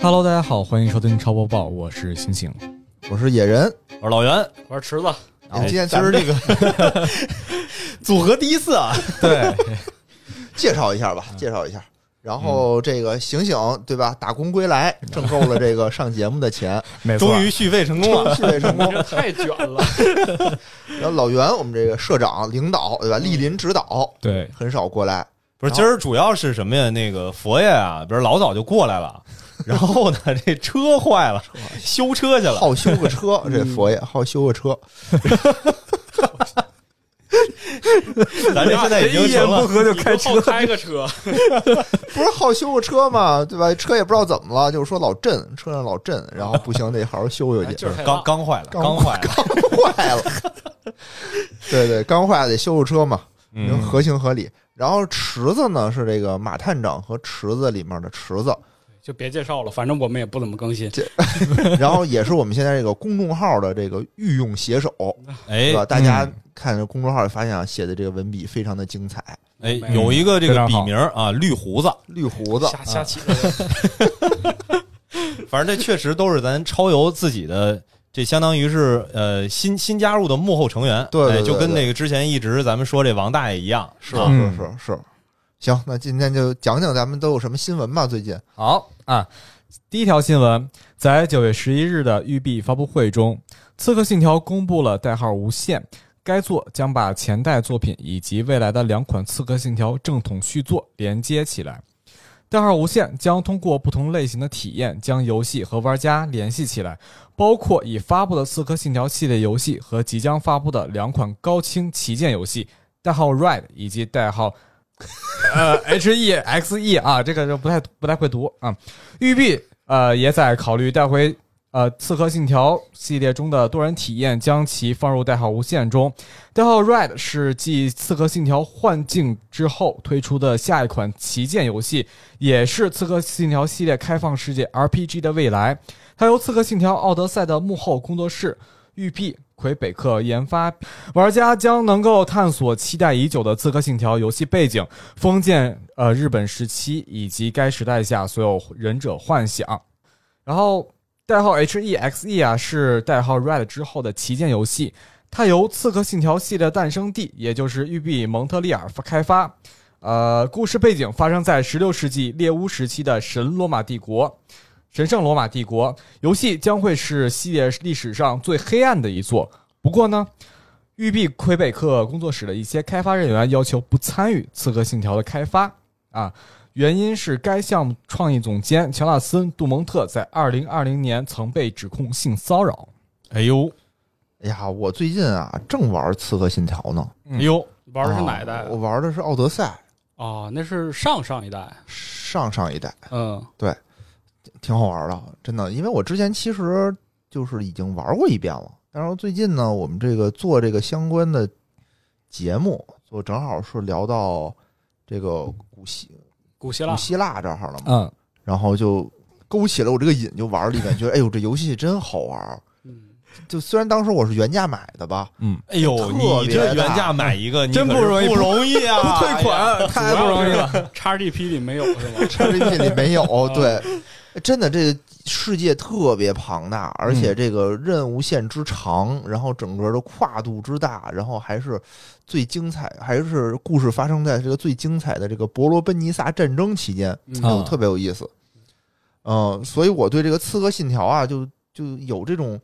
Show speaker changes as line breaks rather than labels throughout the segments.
Hello，大家好，欢迎收听超播报，我是星星。
我是野人。
我说老袁，我说池子，
啊，今天今儿这个
组合第一次啊，
对，
介绍一下吧，介绍一下。然后这个醒醒，对吧？打工归来，挣够了这个上节目的钱，
没错，
终于续费成功了。
事业成功。
太卷了，
然后老袁，我们这个社长领导，对吧？莅临指导，
对，
很少过来。
不是，今儿主要是什么呀？那个佛爷啊，不是老早就过来了，然后呢，这车坏了，修车去了。
好修个车，这佛爷好修个车，
咱这现在已经
一言
成
不
了，
合就开车，开个车，
不是好修个车吗？对吧？车也不知道怎么了，就是说老震，车上老震，然后不行得好好修修去。
哎就是
嗯刚刚坏了，
刚
刚坏了。
坏了， 对对，刚坏了得修修车嘛，
嗯
合情合理。然后池子呢是这个马探长和池子里面的池 子，
就别介绍了，反正我们也不怎么更新。
然后也是我们现在这个公众号的这个御用写手，
哎
对吧？大家看这公众号发现啊，写的这个文笔非常的精彩，
哎，有一个这
非
个
常
笔
好
名啊，绿胡子，
绿胡子，
瞎瞎起的，
反正这确实都是咱超游自己的，这相当于是呃新新加入的幕后成员。
对对对
哎就跟
对
那个之前一直咱们说这王大爷一样，
是
啊
是
嗯
是是。行，那今天就讲讲咱们都有什么新闻吧。最近
好啊。第一条新闻，在九月十一日的育碧发布会中，《刺客信条》公布了代号“无限”。该作将把前代作品以及未来的两款《刺客信条》正统续作连接起来。代号“无限”将通过不同类型的体验，将游戏和玩家联系起来，包括已发布的《刺客信条》系列游戏和即将发布的两款高清旗舰游戏，代号 “Red” 以及代号呃 H E X E 啊，这个就不太不太会读啊。育碧呃也在考虑带回呃《刺客信条》系列中的多人体验，将其放入代号无限中。代号 Red 是继《刺客信条：幻境》之后推出的下一款旗舰游戏，也是《刺客信条》系列开放世界 RPG 的未来。它由《刺客信条：奥德赛》的幕后工作室育碧。魁北克研发，玩家将能够探索期待已久的《刺客信条》游戏背景，封建呃日本时期以及该时代下所有忍者幻想。然后代号 H E X E 啊是代号 Red 之后的旗舰游戏，它由《刺客信条》系列的诞生地，也就是育碧蒙特利尔开发。呃，故事背景发生在16世纪猎巫时期的神罗马帝国。神圣罗马帝国游戏将会是系列历史上最黑暗的一座。不过呢，育碧魁北克工作室的一些开发人员要求不参与《刺客信条》的开发啊，原因是该项目创意总监乔纳森·杜蒙特在2020年曾被指控性骚扰。
哎呦
哎呀，我最近啊正玩《刺客信条》呢，
哎呦，
玩的是哪一代
啊我玩的是《奥德赛
哦，那是上上一代，》，
上上一代
嗯，
挺好玩的，真的。因为我之前其实就是已经玩过一遍了，但是最近呢，我们这个做这个相关的节目，做正好是聊到这个古希
古希腊啊
古希腊这儿了嘛，
嗯，
然后就勾起了我这个瘾，就玩了一遍，觉得哎呦这游戏真好玩儿。
嗯，
就虽然当时我是原价买的吧，
哎呦，
特
你
别大
这原价买一个，你
真
可
不
是
容易
不容易啊！
退
哎
款太不容易了。
了，XGP 里没有是吗？
c g p 里没 有。
嗯
对，真的这个世界特别庞大，而
嗯
且这个任务线之长，然后整个的跨度之大，然后还是最精彩，还是故事发生在这个最精彩的这个伯罗奔尼撒战争期间。
啊
嗯，
有特别有意思。嗯、所以我对这个《刺客信条》啊，就就有这种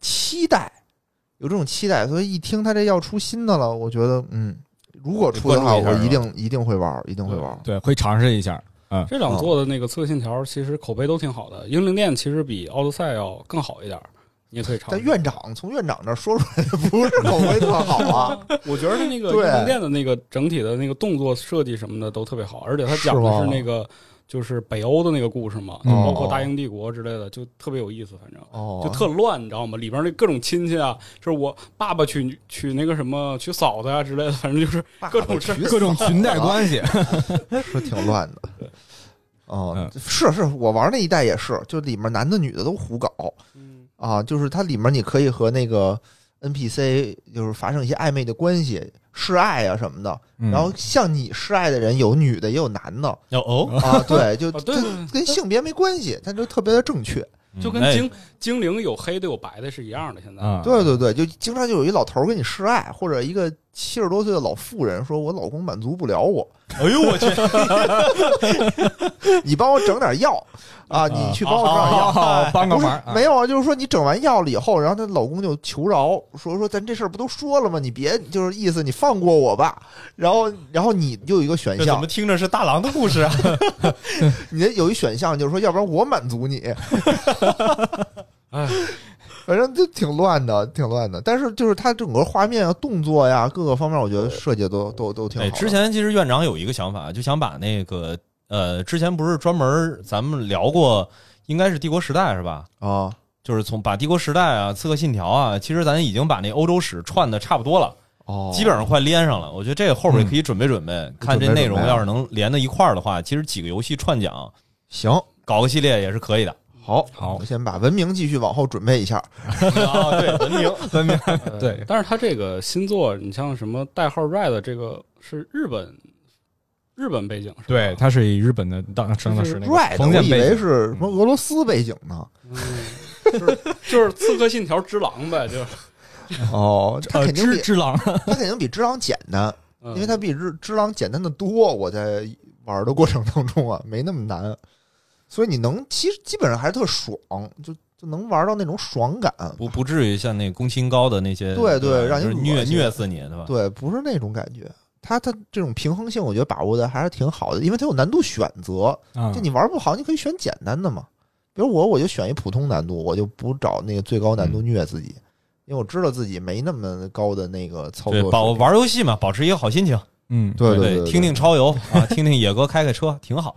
期待，有这种期待。所以一听他这要出新的了，我觉得，嗯，如果出的话，
关注一下啊
我
是吧
一定一定会玩，一定会玩。
对，会尝试一下。
这两座的那个《刺客信条》其实口碑都挺好的，《英灵殿》其实比《奥德赛》要更好一点，你也可以尝
但
试。
院长从院长这儿说出来的不是口碑特好啊，
我觉得它那个
对
英灵殿的那个整体的那个动作设计什么的都特别好，而且它讲的
是
是
吗
那个就是北欧的那个故事嘛，就
嗯
包括大英帝国之类的，就特别有意思，反正。
哦，
就特乱，你知道吗？里边那各种亲戚啊，就是我爸爸娶娶那个什么娶嫂子啊之类的，反正就是
爸爸
各种事
娶
各种
嫂
裙带
啊
关 系，
是挺乱 的。哦、
嗯
是是，我玩那一代也是，就里面男的女的都胡搞
嗯
啊，就是它里面你可以和那个 NPC 就是发生一些暧昧的关系，示爱啊什么的。
嗯
然后向你示爱的人有女的也有男的
哦哦，
啊，对，就
啊对
这
对对
跟性别没关系，它就特别的正确。
就跟
嗯哎
精精灵有黑的有白的是一样的。现在
啊，
对对对，就经常就有一老头儿跟你示爱，或者一个七十多岁的老妇人说：“我老公满足不了我，
哎呦我去，
你帮我整点药啊，你去帮我整点药。”
哦帮个
不是
忙，啊
没有啊，就是说你整完药了以后，然后她老公就求饶，说说咱这事儿不都说了吗？你别就是意思你放过我吧。然后然后你就有一个选
这怎
项
么，听着是大郎的故事啊？
你的有一选项就是说，要不然我满足你。
哎，
反正就挺乱的，挺乱的。但是就是它整个画面啊、动作呀、各个方面，我觉得设计得都都都挺好
哎，
的。
之前其实院长有一个想法，就想把那个呃，之前不是专门咱们聊过，应该是帝国时代是吧？
啊，
就是从把《帝国时代》啊、《刺客信条》啊，其实咱已经把那欧洲史串的差不多了，
哦嗯
基本上快连上了。我觉得这个后边可以准备准备，看这内容要是能连到一块儿的话，其实几个游戏串讲，
行。
搞个系列也是可 以的。
好，
好
我先把文明继续往后准备一下。
啊，对，文明，
分明
呃
对
但是他这个新作，你像什么代号 Red 这个是日本日本背景是吧？
对，它是以日本的当当的是那个
right，
封
我
建
以
背
为
景，嗯
是什么俄罗斯背景呢？
嗯，就是就是《刺客信条之狼》呗，就是，
哦， 它
呃，
肯定
只
比
只狼，
它肯定比《只狼》简单，
嗯
因为它比只《只狼》简单的多。我在玩的过程当中啊，没那么难，所以你能其实基本上还是特爽，就就能玩到那种爽感。
不不至于像那宫崎英高的那些，
对对
吧
让
就
你
是虐
恶心
虐死你，对吧？
对，不是那种感觉。它它这种平衡性，我觉得把握的还是挺好的，因为它有难度选择。
嗯
啊
就你玩不好，你可以选简单的嘛。比如我，我就选一普通难度，我就不找那个最高
嗯
难度虐自己，因为我知道自己没那么高的那个操
对
作。
保，玩游戏嘛，保持一个好心情。
嗯，
对
对
对，
听听超游啊，听听野哥开开车，挺 好。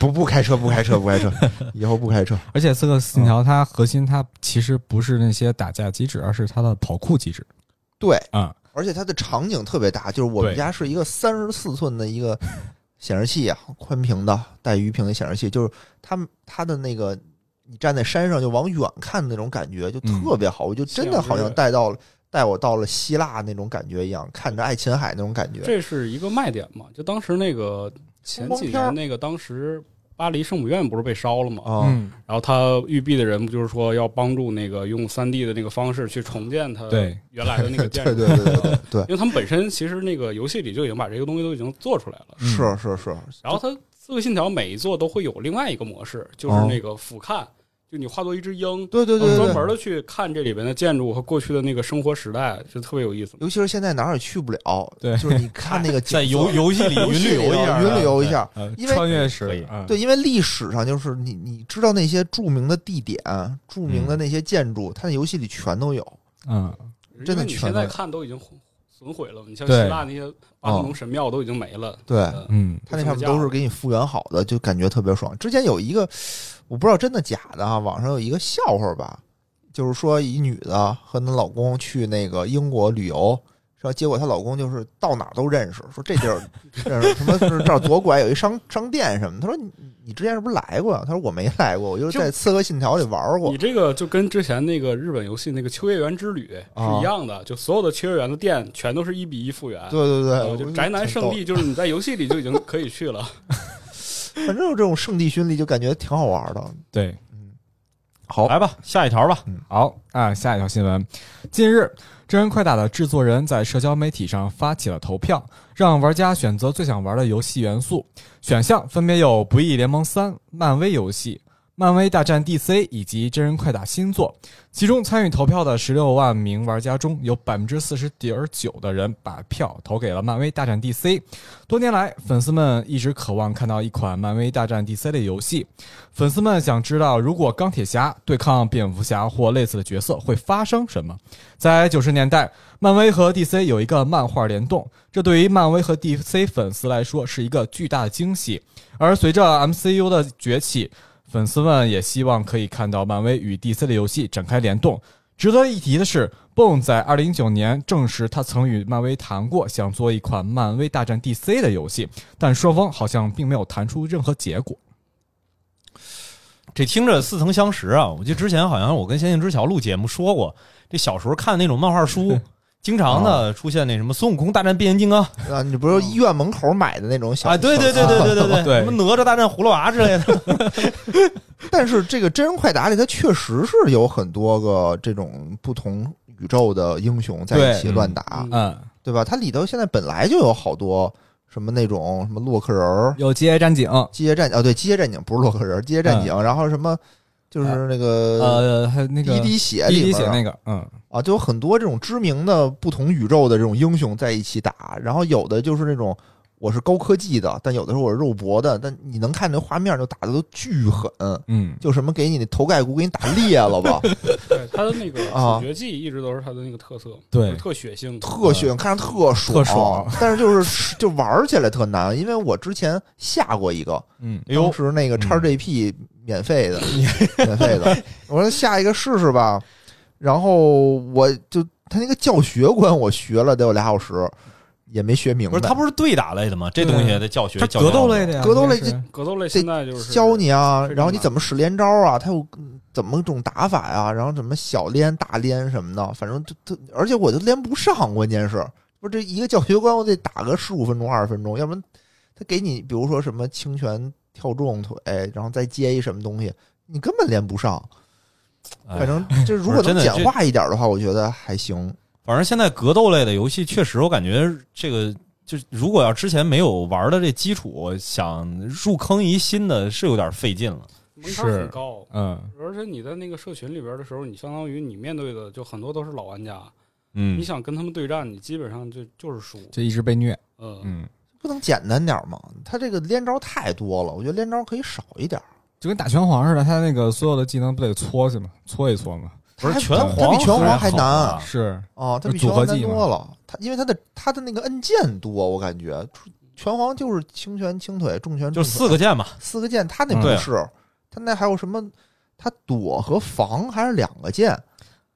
不不开车，不开车，不开车，以后不开 车。
而且《刺客信条》它核心它其实不是那些打架机制，而是它的跑酷机制
对，
啊，
而且它的场景特别大，就是我们
对
家是一个三十四寸的一个显示器啊，宽屏的带鱼屏的显示器，就是它它的那个你站在山上就往远看那种感觉就特别好，我就真的好像带到了带我到了希腊那种感觉一样，看着爱琴海那种感觉。
这是一个卖点嘛。就当时那个前
风
几
光片儿
年那个当时。巴黎圣母院不是被烧了嘛？
啊、
嗯，
然后他育碧的人不就是说要帮助那个用三 D 的那个方式去重建它
啊对
原来的那个建
对
筑？
对对对对对
因，为他们本身其实那个游戏里就已经把这个东西都已经做出来了。
嗯
是是是，
然后它《刺客信条》每一座都会有另外一个模式，就是那个俯瞰，就你化作一只鹰，
哦对对对
然后
对
专
对。
门的去看这里边的建筑和过去的那个生活时代，就特别有意思。
尤其是现在哪儿也去不了，
对
就是你看那个景色
在 游游戏里云
戏
旅游一
里
下，
啊云旅游一下，
呃
因为
穿越
可
史
以，
嗯
啊
对，因为历史上就是你你知道那些著名的地点、著名的那些建筑，它那游戏里全都有。
嗯，
真的
因为你
全
现在
都
看都已经损毁了，你像希
对
腊那些巴特农神庙都已经没了。
对，
呃
嗯，
它那上面都是给你复原好的，就感觉特别爽。之前有一个我不知道真的假的啊，网上有一个笑话吧，就是说一女的和她老公去那个英国旅游。然后结果她老公就是到哪儿都认识，说这地儿认识什么是这儿左拐有一商商店什么。他说你你之前是不是来过呀、他说我没来过，我就是
就
在《刺客信条》里玩过
你。这个就跟之前那个日本游戏那个秋叶原之旅是一样的，就所有的秋叶原的店全都是一比一复原。
哦对对对，
呃
我觉
就
得
宅男
挺
圣
逗
地，就是你在游戏里就已经可以去了。
反正有这种圣地巡礼就感觉挺好玩的。嗯
对，
好，
来吧，下一条吧。
好啊，下一条新闻。近日，《真人快打》的制作人在社交媒体上发起了投票，让玩家选择最想玩的游戏元素，选项分别有《不义联盟三》、漫威游戏、漫威大战 DC 以及《真人快打》新作。其中参与投票的十六万名玩家中，有百分之四十点九的人把票投给了漫威大战 DC。多年来，粉丝们一直渴望看到一款漫威大战 DC 的游戏，粉丝们想知道，如果钢铁侠对抗蝙蝠侠或类似的角色会发生什么？在九十年代，漫威和 DC 有一个漫画联动，这对于漫威和 DC 粉丝来说是一个巨大的惊喜。而随着 MCU 的崛起，粉丝们也希望可以看到漫威与 DC 的游戏展开联动。值得一提的是，Bone 在二零一九年证实他曾与漫威谈过想做一款漫威大战 DC 的游戏，但双方好像并没有谈出任何结果。
这听着似 曾相识啊！我记得之前好像我跟仙境之桥录节目说过，这小时候看那种漫画书，经常呢出现那什么孙悟空大战变形金刚
啊，你不是医院门口买的那种小
啊，对对对对对对
对
什么哪吒大战葫芦娃之类 的，
但是这个真人快打里，它确实是有很多个这种不同宇宙的英雄在一起
对
乱打，
嗯
嗯，
对吧？它里头现在本来就有好多什么那种什么洛克 人儿、
有机械战警，
机械战哦，对，机械战警不是洛克人儿，机械战警，然后什么就是那个
嗯啊呃，还有那个
一滴血
一
里
滴
边
血
儿
那个，嗯，
啊，就有很多这种知名的不同宇宙的这种英雄在一起打，然后有的就是那种我是高科技的，但有的时候我是肉搏的，但你能看那画面就打的都巨狠，
嗯，
就什么给你那头盖骨给你打裂了吧，
对他的那 个
啊
主角技一直都是他的那个特色，
对
就是特血
嗯
腥，
特血腥，看着特爽，
特
啊
爽
但是就是就玩起来特难，因为我之前下过一个，
嗯，
哎呦
当时那个叉 GP 免费的，免费的，我说下一个试试吧，然后我就他那个教学观我学了得有俩小时，也没学明
不
白。
是他不是对打类的吗？这东西得教学，
它
教学
格斗类的呀，
格斗类
应该是
格斗类现在就是
教你啊，
非常
然后你
难
怎么使连招啊，他有嗯怎么种打法呀、然后怎么小连大连什么的，反正这这，而且我就连不上，关键是不是这一个教学关我得打个十五分钟二十分钟，要不然他给你比如说什么轻拳跳重腿，然后再接一什么东西，你根本连不上。
哎
反正这如
不
果
是真
能
的
简
这
化一点的话，我觉得还行。
反正现在格斗类的游戏确实，我感觉这个就是如果要之前没有玩的这基础，想入坑一新的是有点费劲了。
门槛很
是
高，
嗯，
而且你在那个社群里边的时候，你相当于你面对的就很多都是老玩家，
嗯
你想跟他们对战，你基本上就就是输，
就一直被虐，
嗯，
嗯，
不能简单点吗？他这个连招太多了，我觉得连招可以少一点。
就跟打拳皇似的，他那个所有的技能不得搓去吗？搓一搓吗？
不是
他
拳
他
皇
比拳皇还
虽然好啊
难。
是，
哦，它
就
比
组
拳皇
合
难
技嘛
多了。它因为它的它的那个按键多，我感觉拳皇就是轻拳、轻腿、重拳、
就
重
是
腿
四个键嘛，
四个键，它那
嗯
不
对
是，它那还有什么？它躲和防还是两个键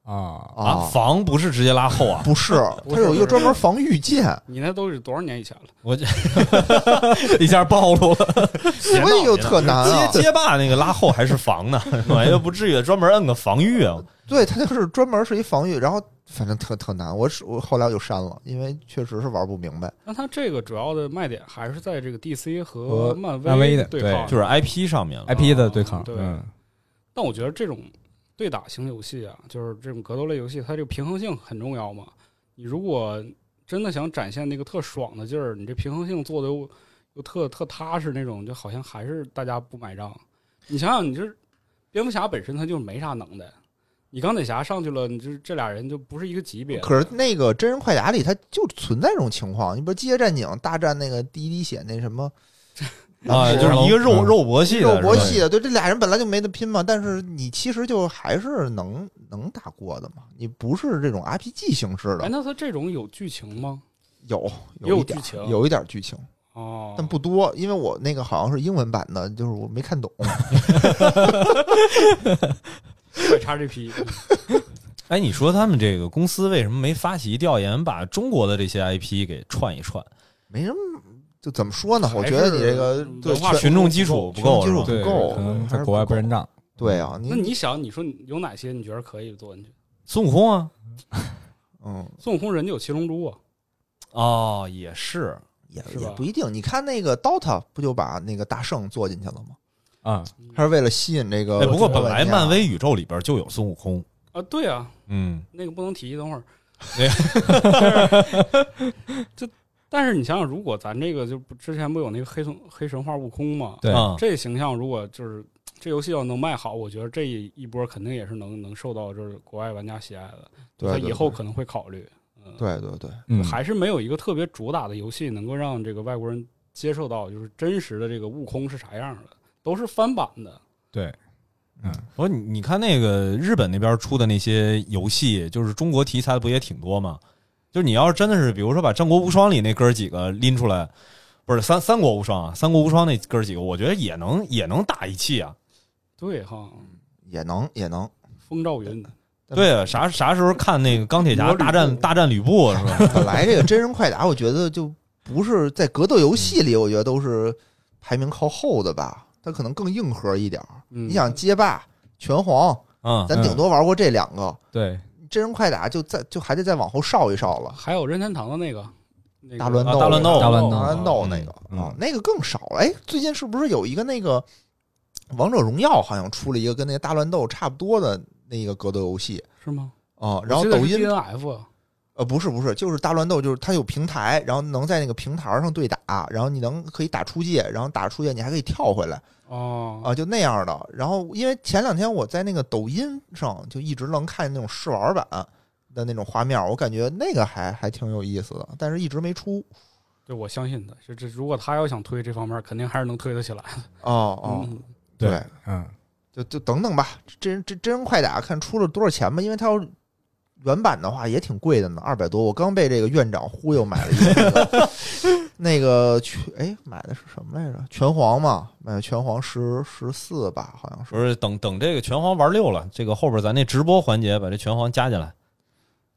啊，
啊，防不是直接拉后啊，
不是，
不
它
是
有一个
不是
专门防御键，
你那都是多少年以前了？
一下暴露了。 别闹
所以就特难啊。
街街霸那个拉后还是 防呢，我又不至于专门摁个防御啊。
对，它就是专门是一防御，然后反正特特难。我是我后来我就删了，因为确实是玩不明白。
但它这个主要的卖点还是在这个 DC
和
和漫
漫威的
的对抗，
就是 IP 上面了。
IP 的对抗，
对
嗯，
但我觉得这种对打型游戏啊，就是这种格斗类游戏，它这个平衡性很重要嘛。你如果真的想展现那个特爽的劲儿，你这平衡性做的又又特特踏实那种，就好像还是大家不买账。你想想，你这蝙蝠侠本身他就没啥能耐，你钢铁侠上去了，你这这俩人就不是一个级别的。
可是那个真人快打里，它就存在这种情况。你比如《机械战警》大战那个第一滴血那什么
啊，就是一个肉
嗯
肉搏系的，
肉搏
是吧
系的，对，这俩人本来就没得拼嘛，但是你其实就还是能能打过的嘛，你不是这种 RPG 形式的，
哎，那他这种有剧情吗？
有
也
一
有
点
剧情
有一点剧情，
哦，
但不多，因为我那个好像是英文版的，就是我没 看懂。
快叉 GP，
哎，你说他们这个公司为什么没发起调研，把中国的这些 IP 给串一串？
没什么，就怎么说呢？我觉得你这个
还是
对
文化
全
群众基础不够，
群众基础
是吧
对，
不够
可能
还
在
是
国外
不够
不认账，
对啊，
那
你
你想，你说有哪些你觉得可以做进去？
孙悟空啊，
嗯
孙悟空人家有七龙珠啊，
哦，也是，
也
是吧
也不一定。你看那个 DOTA 不就把那个大圣做进去了吗？
啊，
还是为了吸引这个
哎，
中
不
国
过
玩家？
本来
啊
漫威宇宙里边就有孙悟空，
啊，对啊，
嗯，
那个不能提，等会儿
那。
就但是你想想，如果咱这个就不之前不有那个黑神黑神话悟空嘛，
对，
啊
这形象如果就是这游戏要能卖好，我觉得这一波肯定也是能能受到就是国外玩家喜爱的，
对啊
他
对
以后
对
可能会考虑。嗯，
对对对，
嗯，
还是没有一个特别主打的游戏能够让这个外国人接受到就是真实的这个悟空是啥样的，都是翻版的。
对，
不过你你看那个日本那边出的那些游戏，就是中国题材的不也挺多吗？就是你要是真的是，比如说把《战国无双》里那哥儿几个拎出来，不是《三三国无双》啊，《三国无双》那哥儿几个，我觉得也能也能打一气啊。
对哈，
也能也能。
风兆云
嗯
对啊，啥啥时候看那个钢铁侠
摩吕布
大战大战吕布 啊是吧？
嗯本来这个真人快打，我觉得就不是在格斗游戏里，我觉得都是排名靠后的吧。它可能更硬核一点儿。
嗯
你想街霸、拳皇，
嗯，
咱顶多玩过这两个。
对，
真人快打就再就还得再往后烧一烧了。
还有任天堂的那个那个
大乱斗、
啊大乱斗
大乱斗
大乱斗
嗯
那个
嗯
啊，那个更少了。哎，最近是不是有一个那个王者荣耀好像出了一个跟那个大乱斗差不多的那个格斗游戏
是吗？
啊？然后
我记得
抖
是
音
DNF
呃不是不是，就是大乱斗，就是它有平台，然后能在那个平台上对打，然后你能可以打出界，然后打出界你还可以跳回来
哦
啊，就那样的。然后因为前两天我在那个抖音上就一直能看见那种试玩版的那种画面，我感觉那个还还挺有意思的，但是一直没出。
对，我相信的。这这，如果他要想推这方面，肯定还是能推得起来。
哦哦，
嗯，
对
对
嗯，
就就等等吧，真人真真人快打看出了多少钱吧，因为它要原版的话也挺贵的呢，二百多。我刚被这个院长忽悠买了一个那个全哎买的是什么来着？拳皇嘛，买的拳皇十十四吧，好像是。
不是等等这个拳皇玩溜了，这个后边咱那直播环节把这拳皇加进来。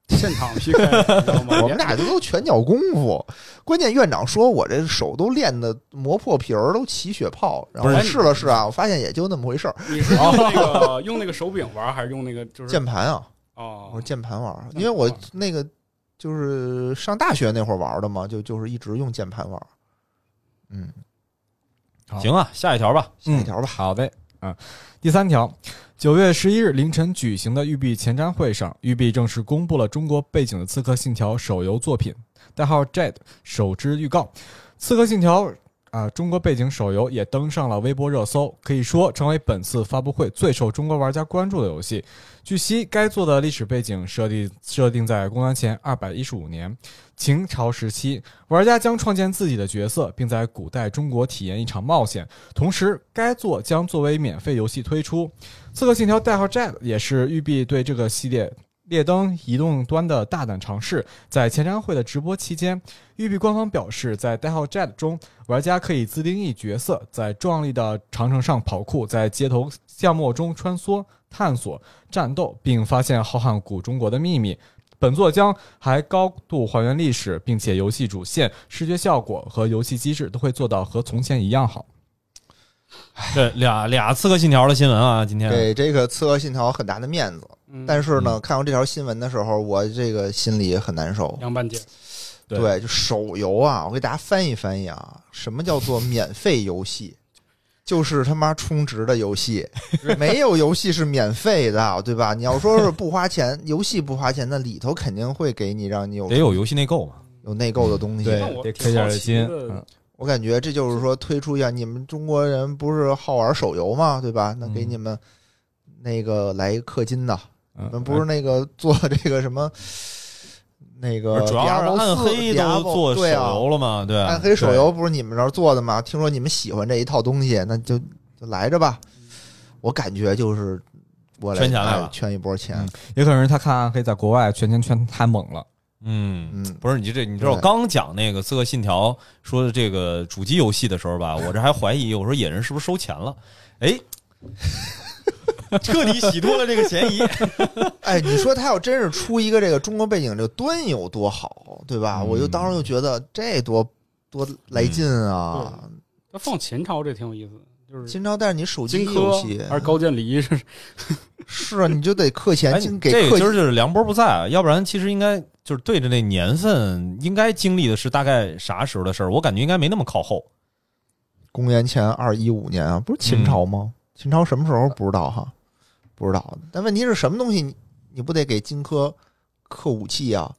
现场 PK，你知道吗？
我们俩这都拳脚功夫，关键院长说我这手都练的磨破皮儿，都起血泡。然后
不
我
是
试了试啊，我发现也就那么回事儿。
你是用那个用那个手柄玩，还是用那个就是
键盘啊，我
哦
是？键盘玩儿，
键盘
因为我
玩儿
那个就是上大学那会儿玩儿的嘛，就就是一直用键盘玩儿。嗯，
好
行啊，下一条吧。
下
嗯
一条吧。
嗯好的，啊，第三条，九月十一日凌晨举行的育碧前瞻会上，育碧正式公布了中国背景的《刺客信条》手游作品，代号 Jade 首支预告，《刺客信条》。啊，中国背景手游也登上了微博热搜，可以说成为本次发布会最受中国玩家关注的游戏。据悉，该作的历史背景设定设定在公元前二百一十五年秦朝时期，玩家将创建自己的角色，并在古代中国体验一场冒险。同时，该作将作为免费游戏推出。《刺客信条：代号 Jack》也是育碧对这个系列列登移动端的大胆尝试。在前瞻会的直播期间，育碧官方表示，在《代号 Jack》中，玩家可以自定义角色，在壮丽的长城上跑酷，在街头巷陌中穿梭、探索、战斗，并发现浩瀚古中国的秘密。本作将还高度还原历史，并且游戏主线、视觉效果和游戏机制都会做到和从前一样好。
这俩俩刺客信条的新闻啊，今天
给这个《刺客信条》很大的面子，
嗯
但是呢，看到这条新闻的时候，我这个心里也很难受。
凉拌姐，
对
对，就手游啊，我给大家翻译翻译啊，什么叫做免费游戏？就是他妈充值的游戏，没有游戏是免费的，对吧？你要说是不花钱，游戏不花钱，那里头肯定会给你让你有
得有游戏内购嘛。
有内购的东西。
对
那，我
得
挺
氪点
好
儿
奇
金。
的
嗯，
我感觉这就是说推出一下，你们中国人不是好玩手游嘛，对吧？那给
嗯
你们那个来氪金的，
嗯
你们
哎
不是那个做这个什么那个
主要是
Diablo
暗
呃四
黑都
Diablo-
做手
对啊，
游了嘛，对
暗黑手游不是你们这儿做的吗？听说你们喜欢这一套东西，那就就来着吧。我感觉就是我
嗯
哎
圈钱来了
圈一波钱
嗯。也可能是他看暗黑在国外全钱圈太猛 了。
嗯，
嗯，
不是你这，你知道我
对
刚讲那个《刺客信条》说的这个主机游戏的时 候吧，我这还怀疑，我说野人是不是收钱了？哎， 彻底洗脱了这个 嫌疑。
哎，你说他要真是出一个这个中国背景这个端有多好，对吧？
嗯
我就当时就觉得这多多来劲啊！
那放秦朝这挺有意思的，就是
金朝，但是你手机
荆
游
轲
戏
还是高渐离是
是啊，你就得氪钱
哎，
进给
这个
氪
今
金
儿就是梁波不在啊，要不然其实应该就是对着那年份，应该经历的是大概啥时候的事儿？我感觉应该没那么靠后。
公元前二一五年啊，不是秦朝吗？秦朝什么时候不知道哈？不知道。但问题是什么东西你，你不得给荆轲刻武器啊？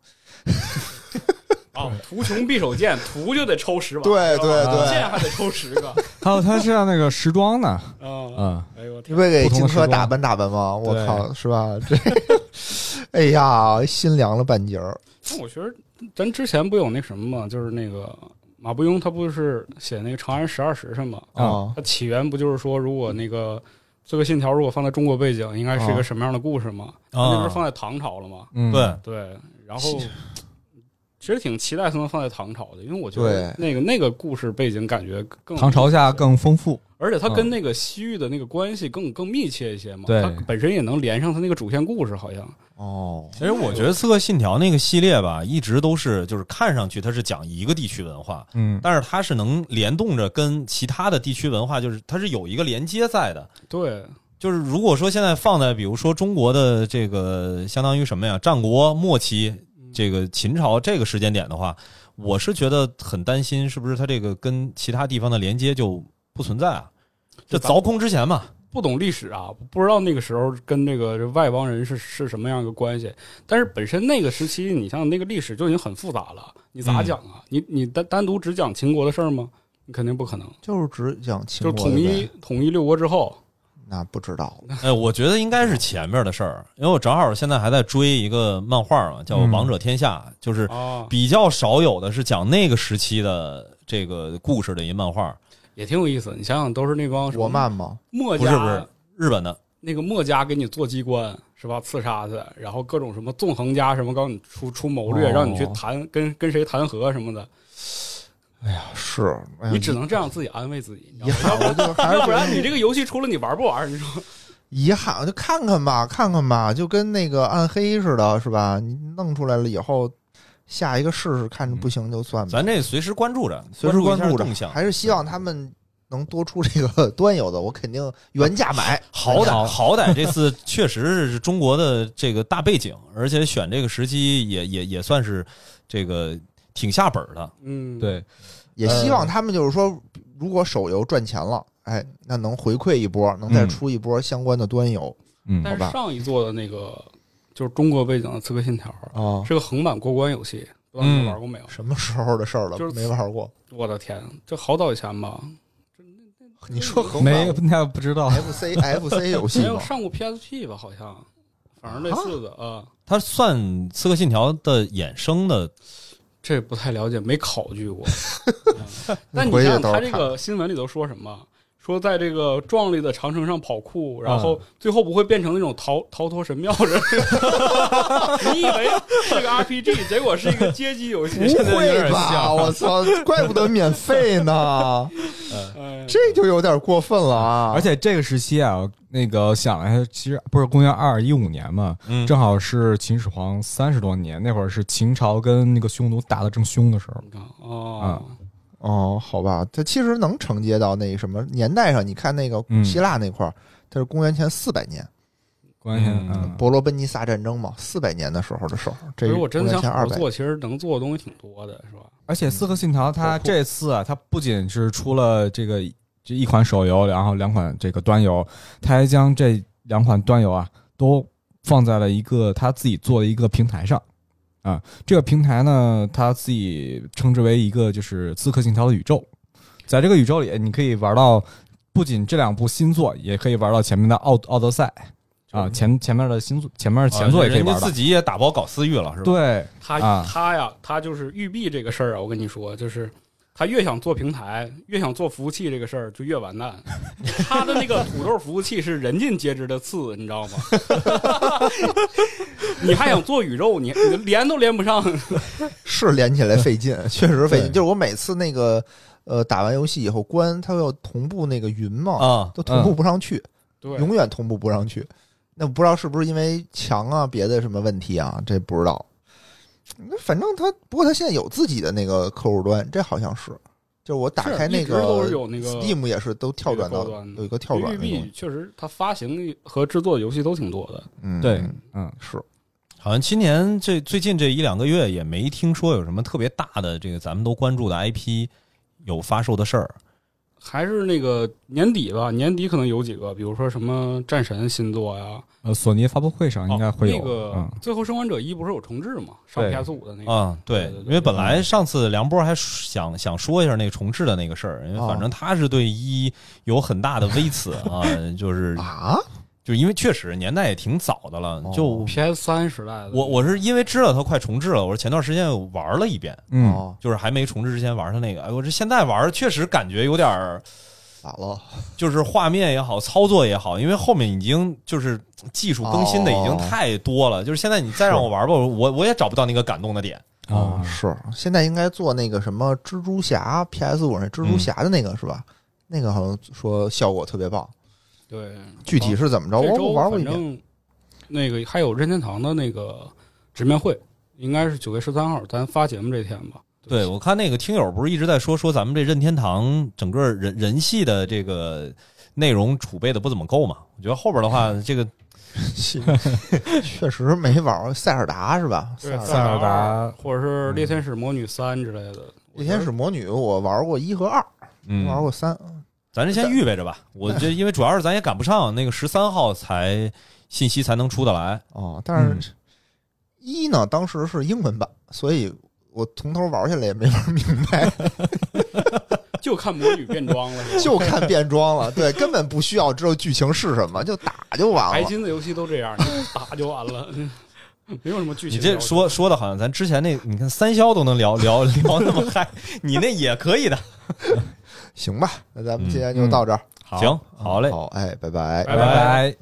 啊，图穷匕首见，图就得抽十把，
对
知道吧哦
对对
剑还得抽十个，
还有哦他是让那个时装呢，
啊，
嗯，
哎呦我
你
天
不，得给
不同
荆
的时
轲
装
打扮打扮吗？我
对
靠，是吧？这， 哎呀，心凉了半截儿。
那我觉得咱之前不有那什么吗？就是那个马伯庸他不是写那个《长安十二时辰》吗？
啊
啊
它起源不就是说，如果那个《这个信条》如果放在中国背景，应该是一
啊
个什么样的故事吗？它那不
啊
是，放在唐朝了吗？
嗯，
对，
对，然后其实挺期待它能放在唐朝的，因为我觉得
对
那个那个故事背景感觉更
唐朝下，更丰富，
而且它跟那个西域的那个关系更更密切一些嘛。
对
它本身也能连上它那个主线故事，好像
哦，
其实我觉得《刺客信条》那个系列吧，一直都是就是看上去它是讲一个地区文化，
嗯，
但是它是能联动着跟其他的地区文化，就是它是有一个连接在的。
对，
就是如果说现在放在比如说中国的这个相当于什么呀，战国末期这个秦朝这个时间点的话，我是觉得很担心，是不是它这个跟其他地方的连接就不存在啊？这凿空之前嘛，
不懂历史啊，不知道那个时候跟这个外邦人是是什么样一个关系。但是本身那个时期，你像那个历史就已经很复杂了，你咋讲啊？
嗯
你你单单独只讲秦国的事儿吗？你肯定不可能。
就是只讲秦
就
国
是
的
统一
呗
统一六国之后，
那不知道
哎，我觉得应该是前面的事儿，因为我正好现在还在追一个漫画啊，叫
嗯
《王者天下》，就是
啊，
比较少有的是讲那个时期的这个故事的一漫画，
也挺有意思。你想想，都是那帮什
国
么
漫吗？
墨
不
家，
是不是日本
嗯
的，
那个墨家给你做机关是吧？刺杀去，然后各种什么纵横家什么，告诉你出出谋略，
哦
让你去谈跟跟谁谈和什么的，
是，哎呀
你只能这样自己安慰自己，你
遗
知道吗
憾，我就 还是
要不
觉
然
得
你这个游戏出了你玩不玩？你说
遗憾，我就看看吧，看看吧，就跟那个暗黑似的，是吧？你弄出来了以后，下一个试试，看着
嗯
不行就算吧，
咱这随时关注着，
随时关
关注一下
着
动，向，
还是希望他们能多出这个 端游的，我肯定原价
呃
买。
好歹
好
好歹这次确实是中国的这个大背景，而且选这个时期也也也算是这个挺下本儿的，
嗯，，
对，
也希
呃
望他们就是说，如果手游赚钱了，哎，那能回馈一波，能
嗯
再出一波相关的端游
嗯
但
好吧
是上一座的那个就是中国背景的《刺客信条》
啊。
是个横版过关游戏，不知道你
嗯
玩过没有？
什么时候的事儿了？
就是
没玩过。
我的天，这好早以前吧，
你说横版
没那不 知道
啊
FC FC 游戏
没有
吗？
上过 PSP 吧？好像，反正类 似的啊。
它算《刺客信条》的衍生的
这不太了解，没考据 过。嗯但你
回去
想想，
到时
他
候
这
看
个新闻里头说什么？说在这个壮丽的长城上跑酷，然
嗯
后最后不会变成那种逃逃脱神庙人？ 你以为是个 RPG，结果是一个街机 游戏。
不会吧！我操，怪不得免费 呢，
哎
这就有点过分了啊！
而且这个时期啊，那个想了一下，其实不是公元二一五年嘛，
嗯
正好是秦始皇三十多年，那会儿是秦朝跟那个匈奴打的正凶的时候。
你看哦，
哦，好吧，它其实能承接到那什么年代上，你看那个
嗯
希腊那块儿，它是公元前四百年
关键，
嗯
嗯，
伯罗奔尼撒战争嘛，四百年的时候的事儿。这
所
是
以我
公
真想
元前
好好
二百，
做，其实能做的东西挺多的，是吧？
而
嗯
且《刺客信条》它
好酷
这次啊，它不仅是出了这个这一款手游，然后两款这个端游，它还将这两款端游啊都放在了一个它自己做的一个平台上。啊，这个平台呢，它自己称之为一个就是《刺客信条》的宇宙，在这个宇宙里，你可以玩到不仅这两部新作，也可以玩到前面的奥《奥德赛》啊，前前面的新作，前面的前作也可以
啊人家
玩到
自。己也打包搞私域了，是吧？
对，
他、
啊
他呀，他就是育碧这个事儿啊，我跟你说，就是他越想做平台，越想做服务器这个事儿就越 完蛋。他的那个土豆服务器是人尽皆知的刺，你知道吗？ 你还想做宇宙，你你连都连不上。
是连起来费劲，确实费劲。
对
就是我每次那个呃打完游戏以后关，它要同步那个云嘛，
啊，
都同步不上去，
对，
永远同步不上去。那不知道是不是因为墙啊别的什么问题啊，这不知道。那反正它不过它现在有自己的那个客户端，这好像是，就是我打
是
开那
一直
个
都是有那个
Steam 也是都跳转到
这个高端的
有一个跳转
育
的东
碧
西，
确实，它发行和制作游戏都挺多的。
嗯，
对
嗯
嗯，
是
好像今年这最近这一两个月也没听说有什么特别大的这个咱们都关注的 IP 有发售的事儿。
还是那个年底吧，年底可能有几个，比如说什么战神新作呀，
呃，索尼发布会上应该会有。
哦那个
嗯
《最后生还者一》不是有重置吗？上
对
PS 五的那个
啊，
对
对
对，对
因为本来上次梁波还想想说一下那个重置的那个事儿，因为
哦
反正他是对一有很大的微词啊，就是
啊，
就因为确实年代也挺早的了
哦，
就
PS 三时代的。
我我是因为知道他快重置了，我是前段时间又玩了一遍，
嗯，
哦，
就是还没重置之前玩他那个，哎，我这现在玩确实感觉有点儿
咋了？
就是画面也好，操作也好，因为后面已经就是技术更新的已经
哦
太多了，就是现在你再让我玩吧，我我也找不到那个感动的点。
啊，
哦是现在应该做那个什么蜘蛛侠 PS 五那蜘蛛侠的那个是吧？那个好像说效果特别棒，
对，
具体是怎么着？
这
我
周
我玩过一
反
遍。
正那个还有任天堂的那个直面会，应该是九月十三号，咱发节目这天吧。
对，我看那个听友不是一直在说说咱们这任天堂整个人人系的这个内容储备的不怎么够嘛。我觉得后边的话，这个
确实没玩儿塞尔达是吧？
对，
尔
塞尔
尔
达
或者是猎天使魔女三之类的。我
嗯猎
觉得
天使魔女我玩过一和二，
嗯，
玩过三，
咱这先预备着吧。我觉得因为主要是咱也赶不上那个十三号才信息才能出得来。
哦，但是一呢，当时是英文版，所以我从头玩下来也没玩明白，
就看魔女变装了，是 吧
就看变装了。对，根本不需要知道剧情是什么，就打就完
白
了。
金的游戏都这样，你打就完了， 没有什么剧
你
情。
这说，说的好像咱之前那，你看三消都能聊聊聊那么嗨，你那也可以的。
行吧，那咱们今天
嗯
就
嗯
到这儿。
行，好嘞，嗯
好，哎，拜拜。
拜
拜